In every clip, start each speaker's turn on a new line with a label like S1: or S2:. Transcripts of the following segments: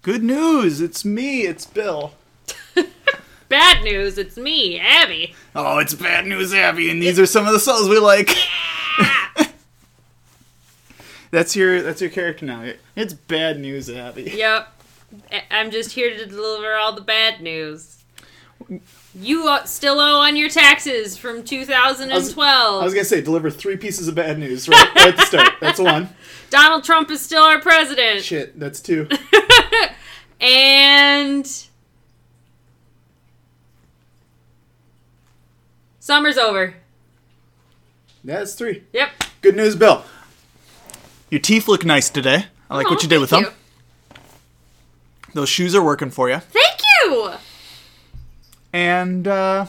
S1: Good news, it's me, it's Bill.
S2: Bad news, it's me, Abby.
S1: Oh, it's bad news, Abby, and these are some of the songs we like. that's your that's your character now. It's bad news, Abby.
S2: Yep. I- I'm just here to deliver all the bad news. You o- still owe on your taxes from 2012.
S1: I was gonna say deliver three pieces of bad news right, right at the start. That's one.
S2: Donald Trump is still our president.
S1: Shit, that's two.
S2: And. Summer's over.
S1: That's three.
S2: Yep.
S1: Good news, Bill. Your teeth look nice today. I like what
S2: Oh,
S1: you did with
S2: thank
S1: them. Those shoes are working for you.
S2: you. Thank you!
S1: And uh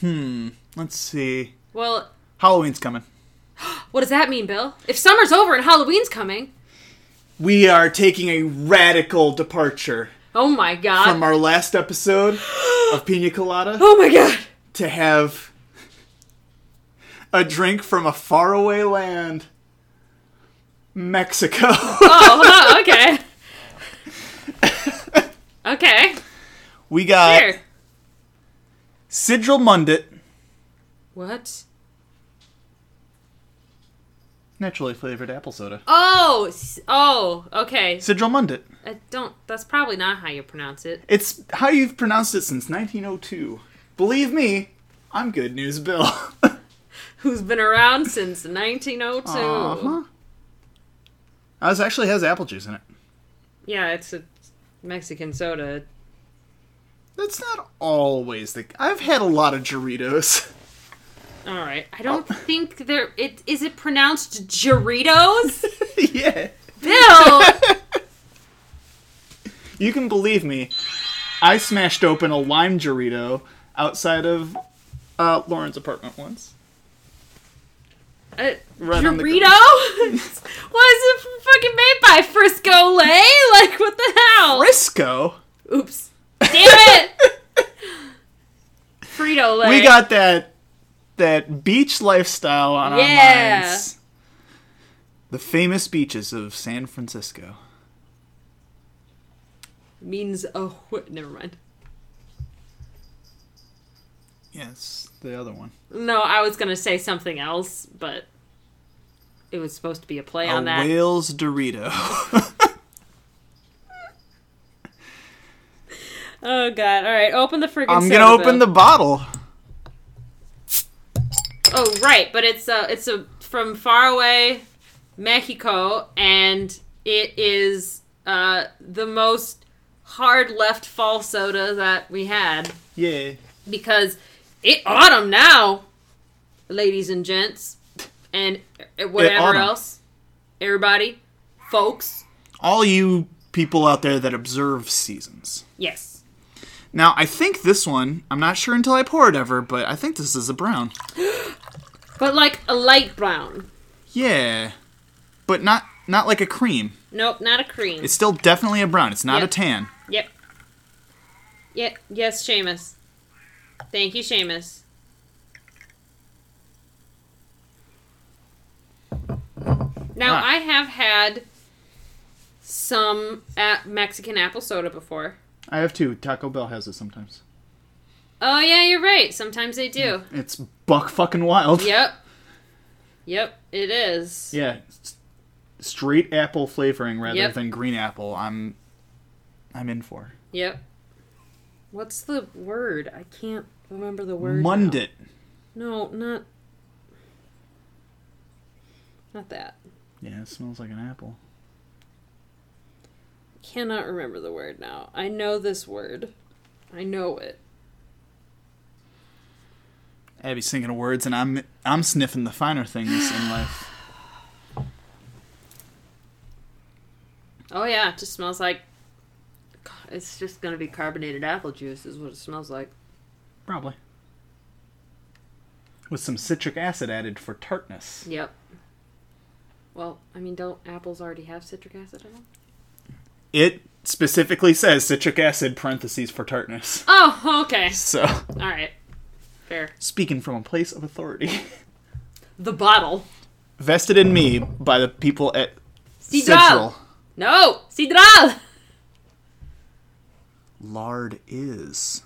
S1: hmm, let's see.
S2: Well,
S1: Halloween's coming.
S2: what does that mean, Bill? If summer's over and Halloween's coming.
S1: We are taking a radical departure
S2: Oh my god.
S1: from our last episode of Pina Colada
S2: oh my god!
S1: to have a drink from a faraway land, Mexico.
S2: Oh, huh, okay. okay.
S1: we got
S2: Here.
S1: Sidral Mundit.
S2: What?
S1: Naturally flavored apple soda.
S2: Oh, s- oh, okay.
S1: Sidral Mundit.
S2: I don't. That's probably not how you pronounce it.
S1: It's how you've pronounced it since 1902. Believe me, I'm Good News Bill.
S2: Who's been around since 1902?
S1: Uh-huh. Uh, This actually has apple juice in it.
S2: Yeah, it's a Mexican soda.
S1: That's not always the. I've had a lot of Doritos.
S2: All right. I
S1: Oh.
S2: don't think there. It is it pronounced Doritos?
S1: yeah.
S2: Bill.
S1: You can believe me. I smashed open a lime Dorito outside of uh, Lauren's apartment once.
S2: Uh,
S1: Right on the
S2: Dorito? Why is it fucking made by Frisco Lay? Like, what the hell?
S1: Frisco.
S2: Oops. Damn it! Frito Lay.
S1: We got that that beach lifestyle on
S2: Yeah.
S1: our minds. The famous beaches of San Francisco.
S2: Means oh, wh- never mind.
S1: Yes, the other one.
S2: No, I was gonna say something else, but it was supposed to be a play on
S1: a
S2: that.
S1: whale's Dorito.
S2: Oh god! All right, open the freaking.
S1: I'm gonna open the bottle.
S2: Oh right, but it's uh it's a from far away Mexico, and it is uh the most hard left fall soda that we had.
S1: Yeah.
S2: because it autumn now, ladies and gents, and whatever
S1: autumn.
S2: else, everybody, folks.
S1: All you people out there that observe seasons.
S2: Yes,
S1: Now, I think this one, I'm not sure until I pour it ever, but I think this is a brown.
S2: but like a light brown.
S1: Yeah. But not not like a cream.
S2: Nope, not a cream.
S1: It's still definitely a brown. It's not
S2: Yep.
S1: a tan.
S2: yep. Yep. Yes, Seamus. Thank you, Seamus. Now
S1: Ah.
S2: I have had some uh, Mexican apple soda before.
S1: I have two. Taco Bell has it sometimes.
S2: Oh yeah, you're right. Sometimes they do.
S1: It's buck fucking wild.
S2: Yep. Yep, it is.
S1: Yeah. s- Straight apple flavoring rather
S2: Yep.
S1: than green apple. I'm I'm in for.
S2: Yep. What's the word? I can't remember the word. now.
S1: Mundit.
S2: No, not not that.
S1: Yeah, it smells like an apple.
S2: Cannot remember the word now. I know this word. I know it.
S1: Abby's thinking of words and I'm I'm sniffing the finer things in life.
S2: Oh yeah, it just smells like it's just gonna be carbonated apple juice is what it smells like.
S1: Probably. With some citric acid added for tartness.
S2: Yep. Well, I mean, don't apples already have citric acid? I don't.
S1: It specifically says citric acid parentheses for tartness.
S2: Oh, okay.
S1: So,
S2: All right. Fair.
S1: speaking from a place of authority,
S2: The bottle.
S1: vested in me by the people at
S2: Sidral.
S1: Central.
S2: No, sidral.
S1: Lard is.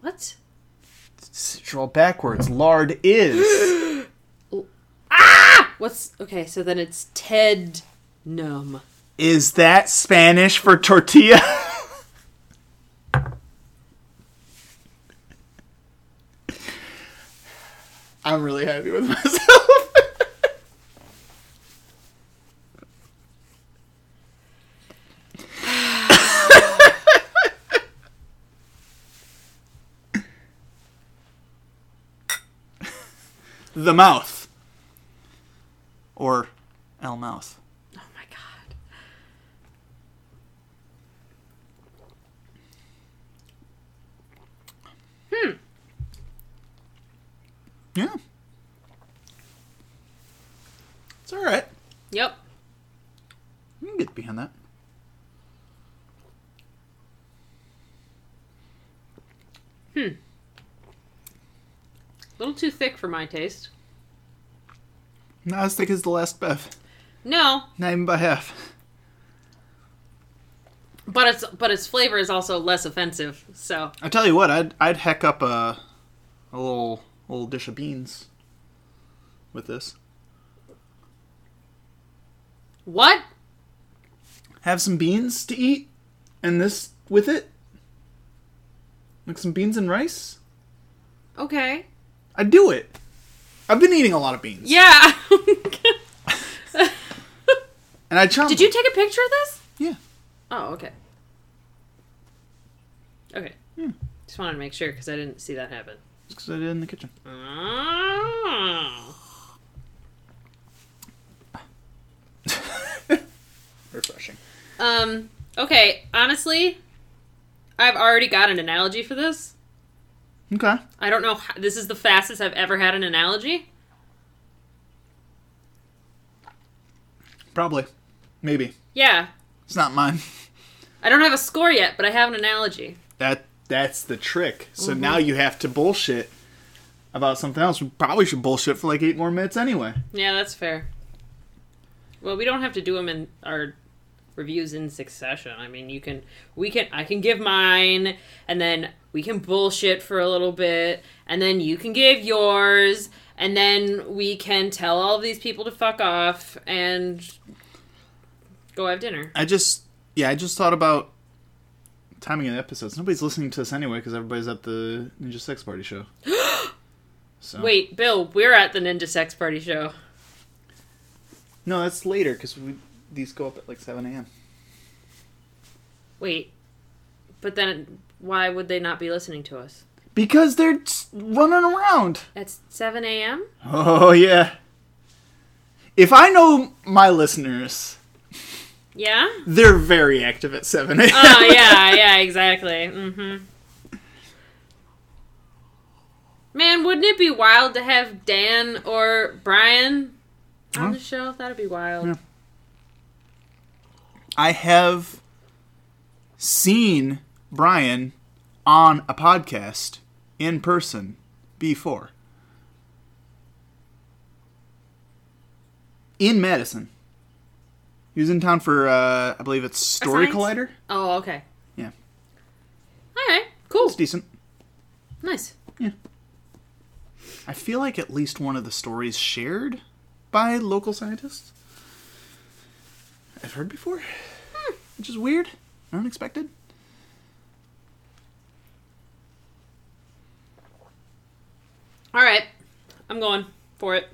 S2: What?
S1: Central backwards. Lard is.
S2: What's okay? So then it's Ted Num.
S1: is that Spanish for tortilla? I'm really happy with myself. the mouth. Or L mouth.
S2: Oh my god.
S1: Yeah. It's all right.
S2: Yep.
S1: You can get behind that.
S2: A little too thick for my taste.
S1: Not as thick as the last Bev.
S2: No,
S1: Not even by half.
S2: but its but its flavor is also less offensive. So
S1: I tell you what, I'd I'd heck up a, a little little dish of beans with this.
S2: what?
S1: Have some beans to eat, and this with it. Like some beans and rice.
S2: Okay.
S1: I'd do it. I've been eating a lot of beans.
S2: Yeah.
S1: And I chomp.
S2: Did you take a picture of this?
S1: Yeah.
S2: Oh, okay. Okay. Just wanted to make sure because I didn't see that happen.
S1: Because I did it in the kitchen.
S2: Oh.
S1: Refreshing.
S2: Um. Okay. Honestly, I've already got an analogy for this.
S1: Okay.
S2: I don't know. How, this is the fastest I've ever had an analogy.
S1: Probably. Maybe.
S2: Yeah.
S1: It's not mine.
S2: I don't have a score yet, but I have an analogy.
S1: That that's the trick. So now you have to bullshit about something else. We probably should bullshit for like eight more minutes anyway.
S2: Yeah, that's fair. Well, we don't have to do them in our reviews in succession. I mean, you can, we can, I can give mine, and then we can bullshit for a little bit, and then you can give yours, and then we can tell all of these people to fuck off and go have dinner.
S1: I just yeah, I just thought about timing of the episodes. Nobody's listening to this anyway because everybody's at the Ninja Sex Party show. so
S2: Wait, Bill, we're at the Ninja Sex Party show.
S1: no, that's later because we these go up at like seven a.m.
S2: Wait, but then why would they not be listening to us?
S1: because they're s- running around.
S2: At 7 a.m.?
S1: Oh yeah. If I know my listeners,
S2: Yeah?
S1: they're very active at seven a.m.
S2: Oh, yeah, yeah, exactly. hmm Man, wouldn't it be wild to have Dan or Brian on the show? That'd be wild.
S1: Yeah. I have seen Brian on a podcast in person before. In Madison. He was in town for, uh, I believe it's Story
S2: Science?
S1: Collider.
S2: Oh, okay.
S1: Yeah.
S2: All right, cool.
S1: It's decent.
S2: Nice.
S1: I feel like at least one of the stories shared by local scientists I've heard before, which is weird and unexpected.
S2: All right, I'm going for it.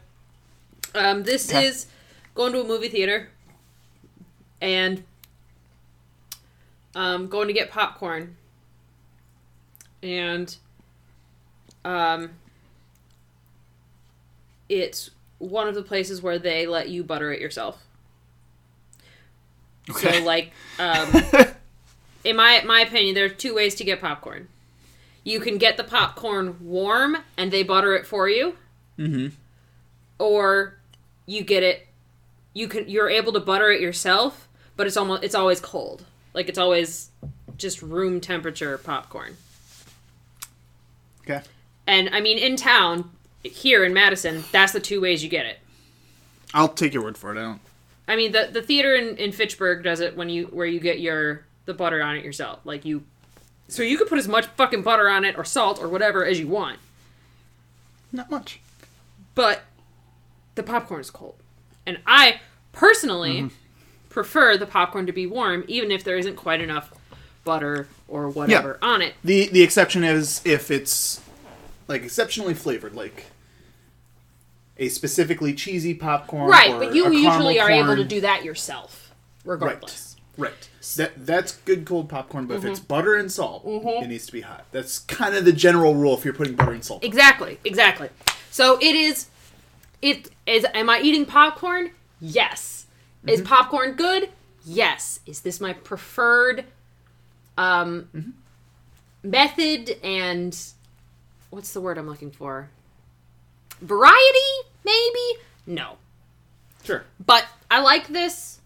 S2: Um, this
S1: Okay.
S2: is going to a movie theater and um, going to get popcorn. And um, it's one of the places where they let you butter it yourself. So, like, um, in my my opinion, there are two ways to get popcorn. You can get the popcorn warm and they butter it for you,
S1: Mhm.
S2: or you get it you can you're able to butter it yourself, but it's almost it's always cold. Like it's always just room temperature popcorn.
S1: Okay.
S2: And I mean in town here in Madison, that's the two ways you get it.
S1: I'll take your word for it. I don't.
S2: I mean the the theater in, in Fitchburg does it when you where you get your the butter on it yourself. Like you so you could put as much fucking butter on it or salt or whatever as you want.
S1: Not much.
S2: But the popcorn's cold. And I personally
S1: Mm-hmm.
S2: prefer the popcorn to be warm even if there isn't quite enough butter or whatever on it.
S1: The the exception is if it's like exceptionally flavored, like a specifically cheesy popcorn.
S2: Right,
S1: or
S2: but
S1: a
S2: you
S1: caramel
S2: usually are able to
S1: corn.
S2: do that yourself,
S1: right.
S2: regardless. Mm-hmm.
S1: Right. That that's good cold popcorn, but if it's butter and salt, it needs to be hot. That's kind of the general rule if you're putting butter and salt.
S2: Exactly, exactly. So it is. It is. Am I eating popcorn? Yes. Is popcorn good? Yes. Is this my preferred um, method and what's the word I'm looking for? Variety, maybe. No,
S1: Sure.
S2: but I like this.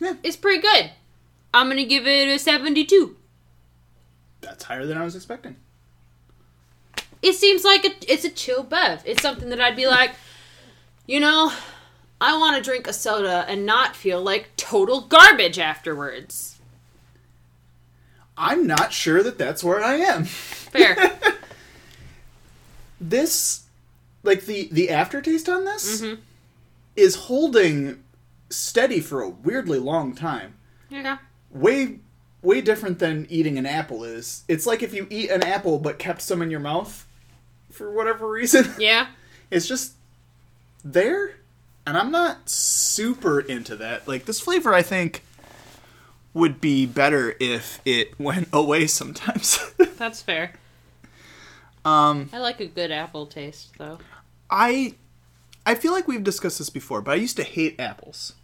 S1: Yeah.
S2: It's pretty good. I'm gonna give it a 72.
S1: That's higher than I was expecting.
S2: it seems like a, it's a chill bev. It's something that I'd be like, you know, I want to drink a soda and not feel like total garbage afterwards.
S1: I'm not sure that that's where I am.
S2: Fair.
S1: This, like the the aftertaste on this, is holding steady for a weirdly long time.
S2: yeah.
S1: way way different than eating an apple is. It's like if you eat an apple but kept some in your mouth for whatever reason.
S2: Yeah.
S1: It's just there, and I'm not super into that. Like this flavor, I think would be better if it went away sometimes.
S2: That's fair. Um, I like a good apple taste, though.
S1: I I feel like we've discussed this before, but I used to hate apples.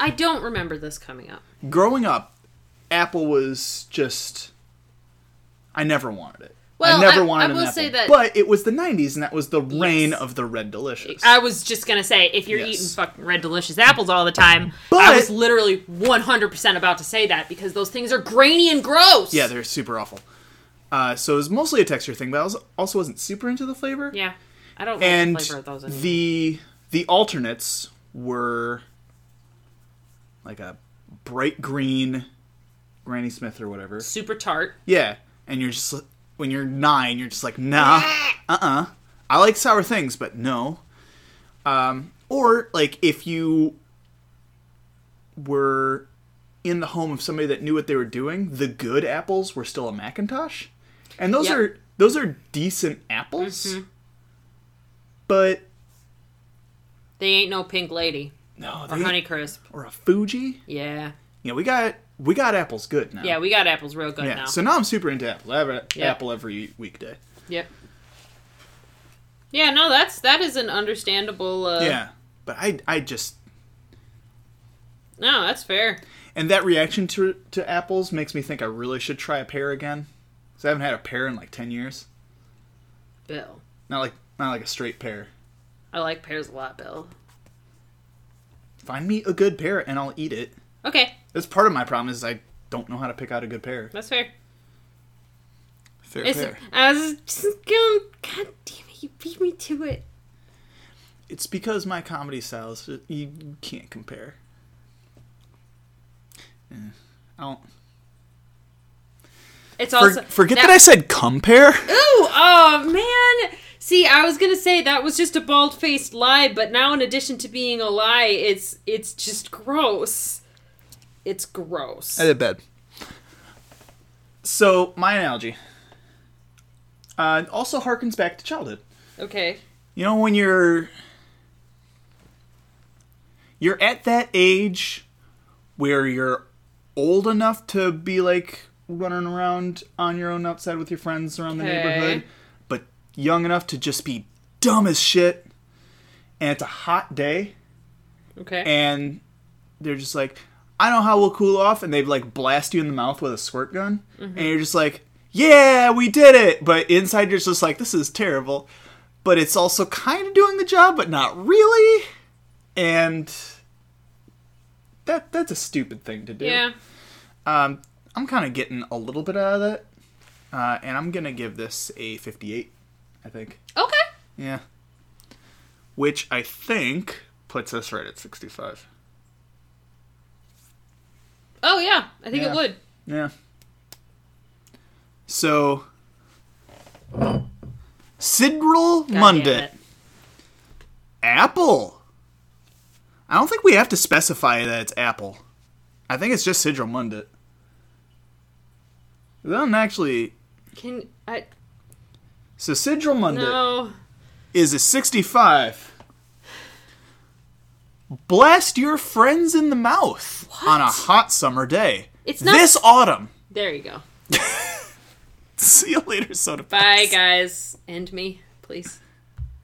S2: I don't remember this coming up.
S1: Growing up, apple was just I never wanted it.
S2: Well,
S1: I never
S2: I-
S1: wanted
S2: I
S1: an
S2: will
S1: apple.
S2: say that-
S1: but it was the 90s and that was the reign
S2: Yes.
S1: of the red delicious.
S2: I was just gonna say, if you're
S1: Yes.
S2: eating fucking red delicious apples all the time, I
S1: But-
S2: was literally 100% about to say that because those things are grainy and gross.
S1: yeah, they're super awful. Uh, so it was mostly a texture thing, but I was, also wasn't super into the flavor.
S2: yeah. I don't like
S1: and
S2: the flavor of those. Anymore.
S1: the the alternates were like a bright green Granny Smith or whatever.
S2: super tart.
S1: Yeah, and you're just when you're nine, you're just like, nah, uh, uh I like sour things, but no. Um, or like if you were in the home of somebody that knew what they were doing, the good apples were still a Macintosh, and those
S2: Yep.
S1: are those are decent apples, but
S2: They ain't no pink lady
S1: no,
S2: or
S1: they-
S2: honey crisp.
S1: or a Fuji.
S2: Yeah.
S1: Yeah, we got we got apples good now.
S2: Yeah, we got apples real good
S1: Oh. yeah.
S2: now.
S1: So now I'm super into apples. I have an
S2: Yeah.
S1: apple every weekday.
S2: yep. Yeah, no, that's that is an understandable uh
S1: yeah, but I I just
S2: No, that's fair.
S1: And that reaction to to apples makes me think I really should try a pear again. Cause I haven't had a pear in like ten years.
S2: Bill.
S1: Not like not like a straight pear.
S2: I like pears a lot, Bill.
S1: Find me a good pear and I'll eat it.
S2: Okay,
S1: That's part of my problem is I don't know how to pick out a good pear.
S2: that's fair.
S1: Fair
S2: It's,
S1: pear.
S2: I was just going God damn it, you beat me to it.
S1: It's because my comedy styles you, you can't compare. Eh, I don't.
S2: It's
S1: For-
S2: also
S1: forget that I said compare.
S2: Ooh, oh man. See, I was gonna say that was just a bald faced lie, but now in addition to being a lie, it's it's just gross. It's gross.
S1: I did bad. So my analogy uh, also harkens back to childhood.
S2: Okay.
S1: You know when you're you're at that age where you're old enough to be like running around on your own outside with your friends around the
S2: Okay.
S1: neighborhood, but young enough to just be dumb as shit. And it's a hot day
S2: Okay.
S1: and they're just like, I know how we'll cool off, and they like blast you in the mouth with a squirt gun, and you're just like, yeah, we did it, but inside you're just like, this is terrible, but it's also kind of doing the job, but not really. and that that's a stupid thing to do.
S2: Yeah.
S1: Um, I'm kind of getting a little bit out of that, uh, and I'm gonna give this a 58. I think.
S2: Okay.
S1: Yeah. Which I think puts us right at 65.
S2: Oh yeah, I think
S1: Yeah.
S2: it would.
S1: Yeah. So, Sidral
S2: God damn
S1: Monday.
S2: it.
S1: Apple. I don't think we have to specify that it's Apple. I think it's just Sidral Mundit. It doesn't actually.
S2: Can I?
S1: So Sidral Mundit
S2: No.
S1: is a 65. Blast your friends in the mouth on a
S2: What?
S1: hot summer day.
S2: It's not-
S1: this autumn.
S2: There you go.
S1: See you later, soda.
S2: Bye,
S1: Puffs.
S2: guys. End me, please.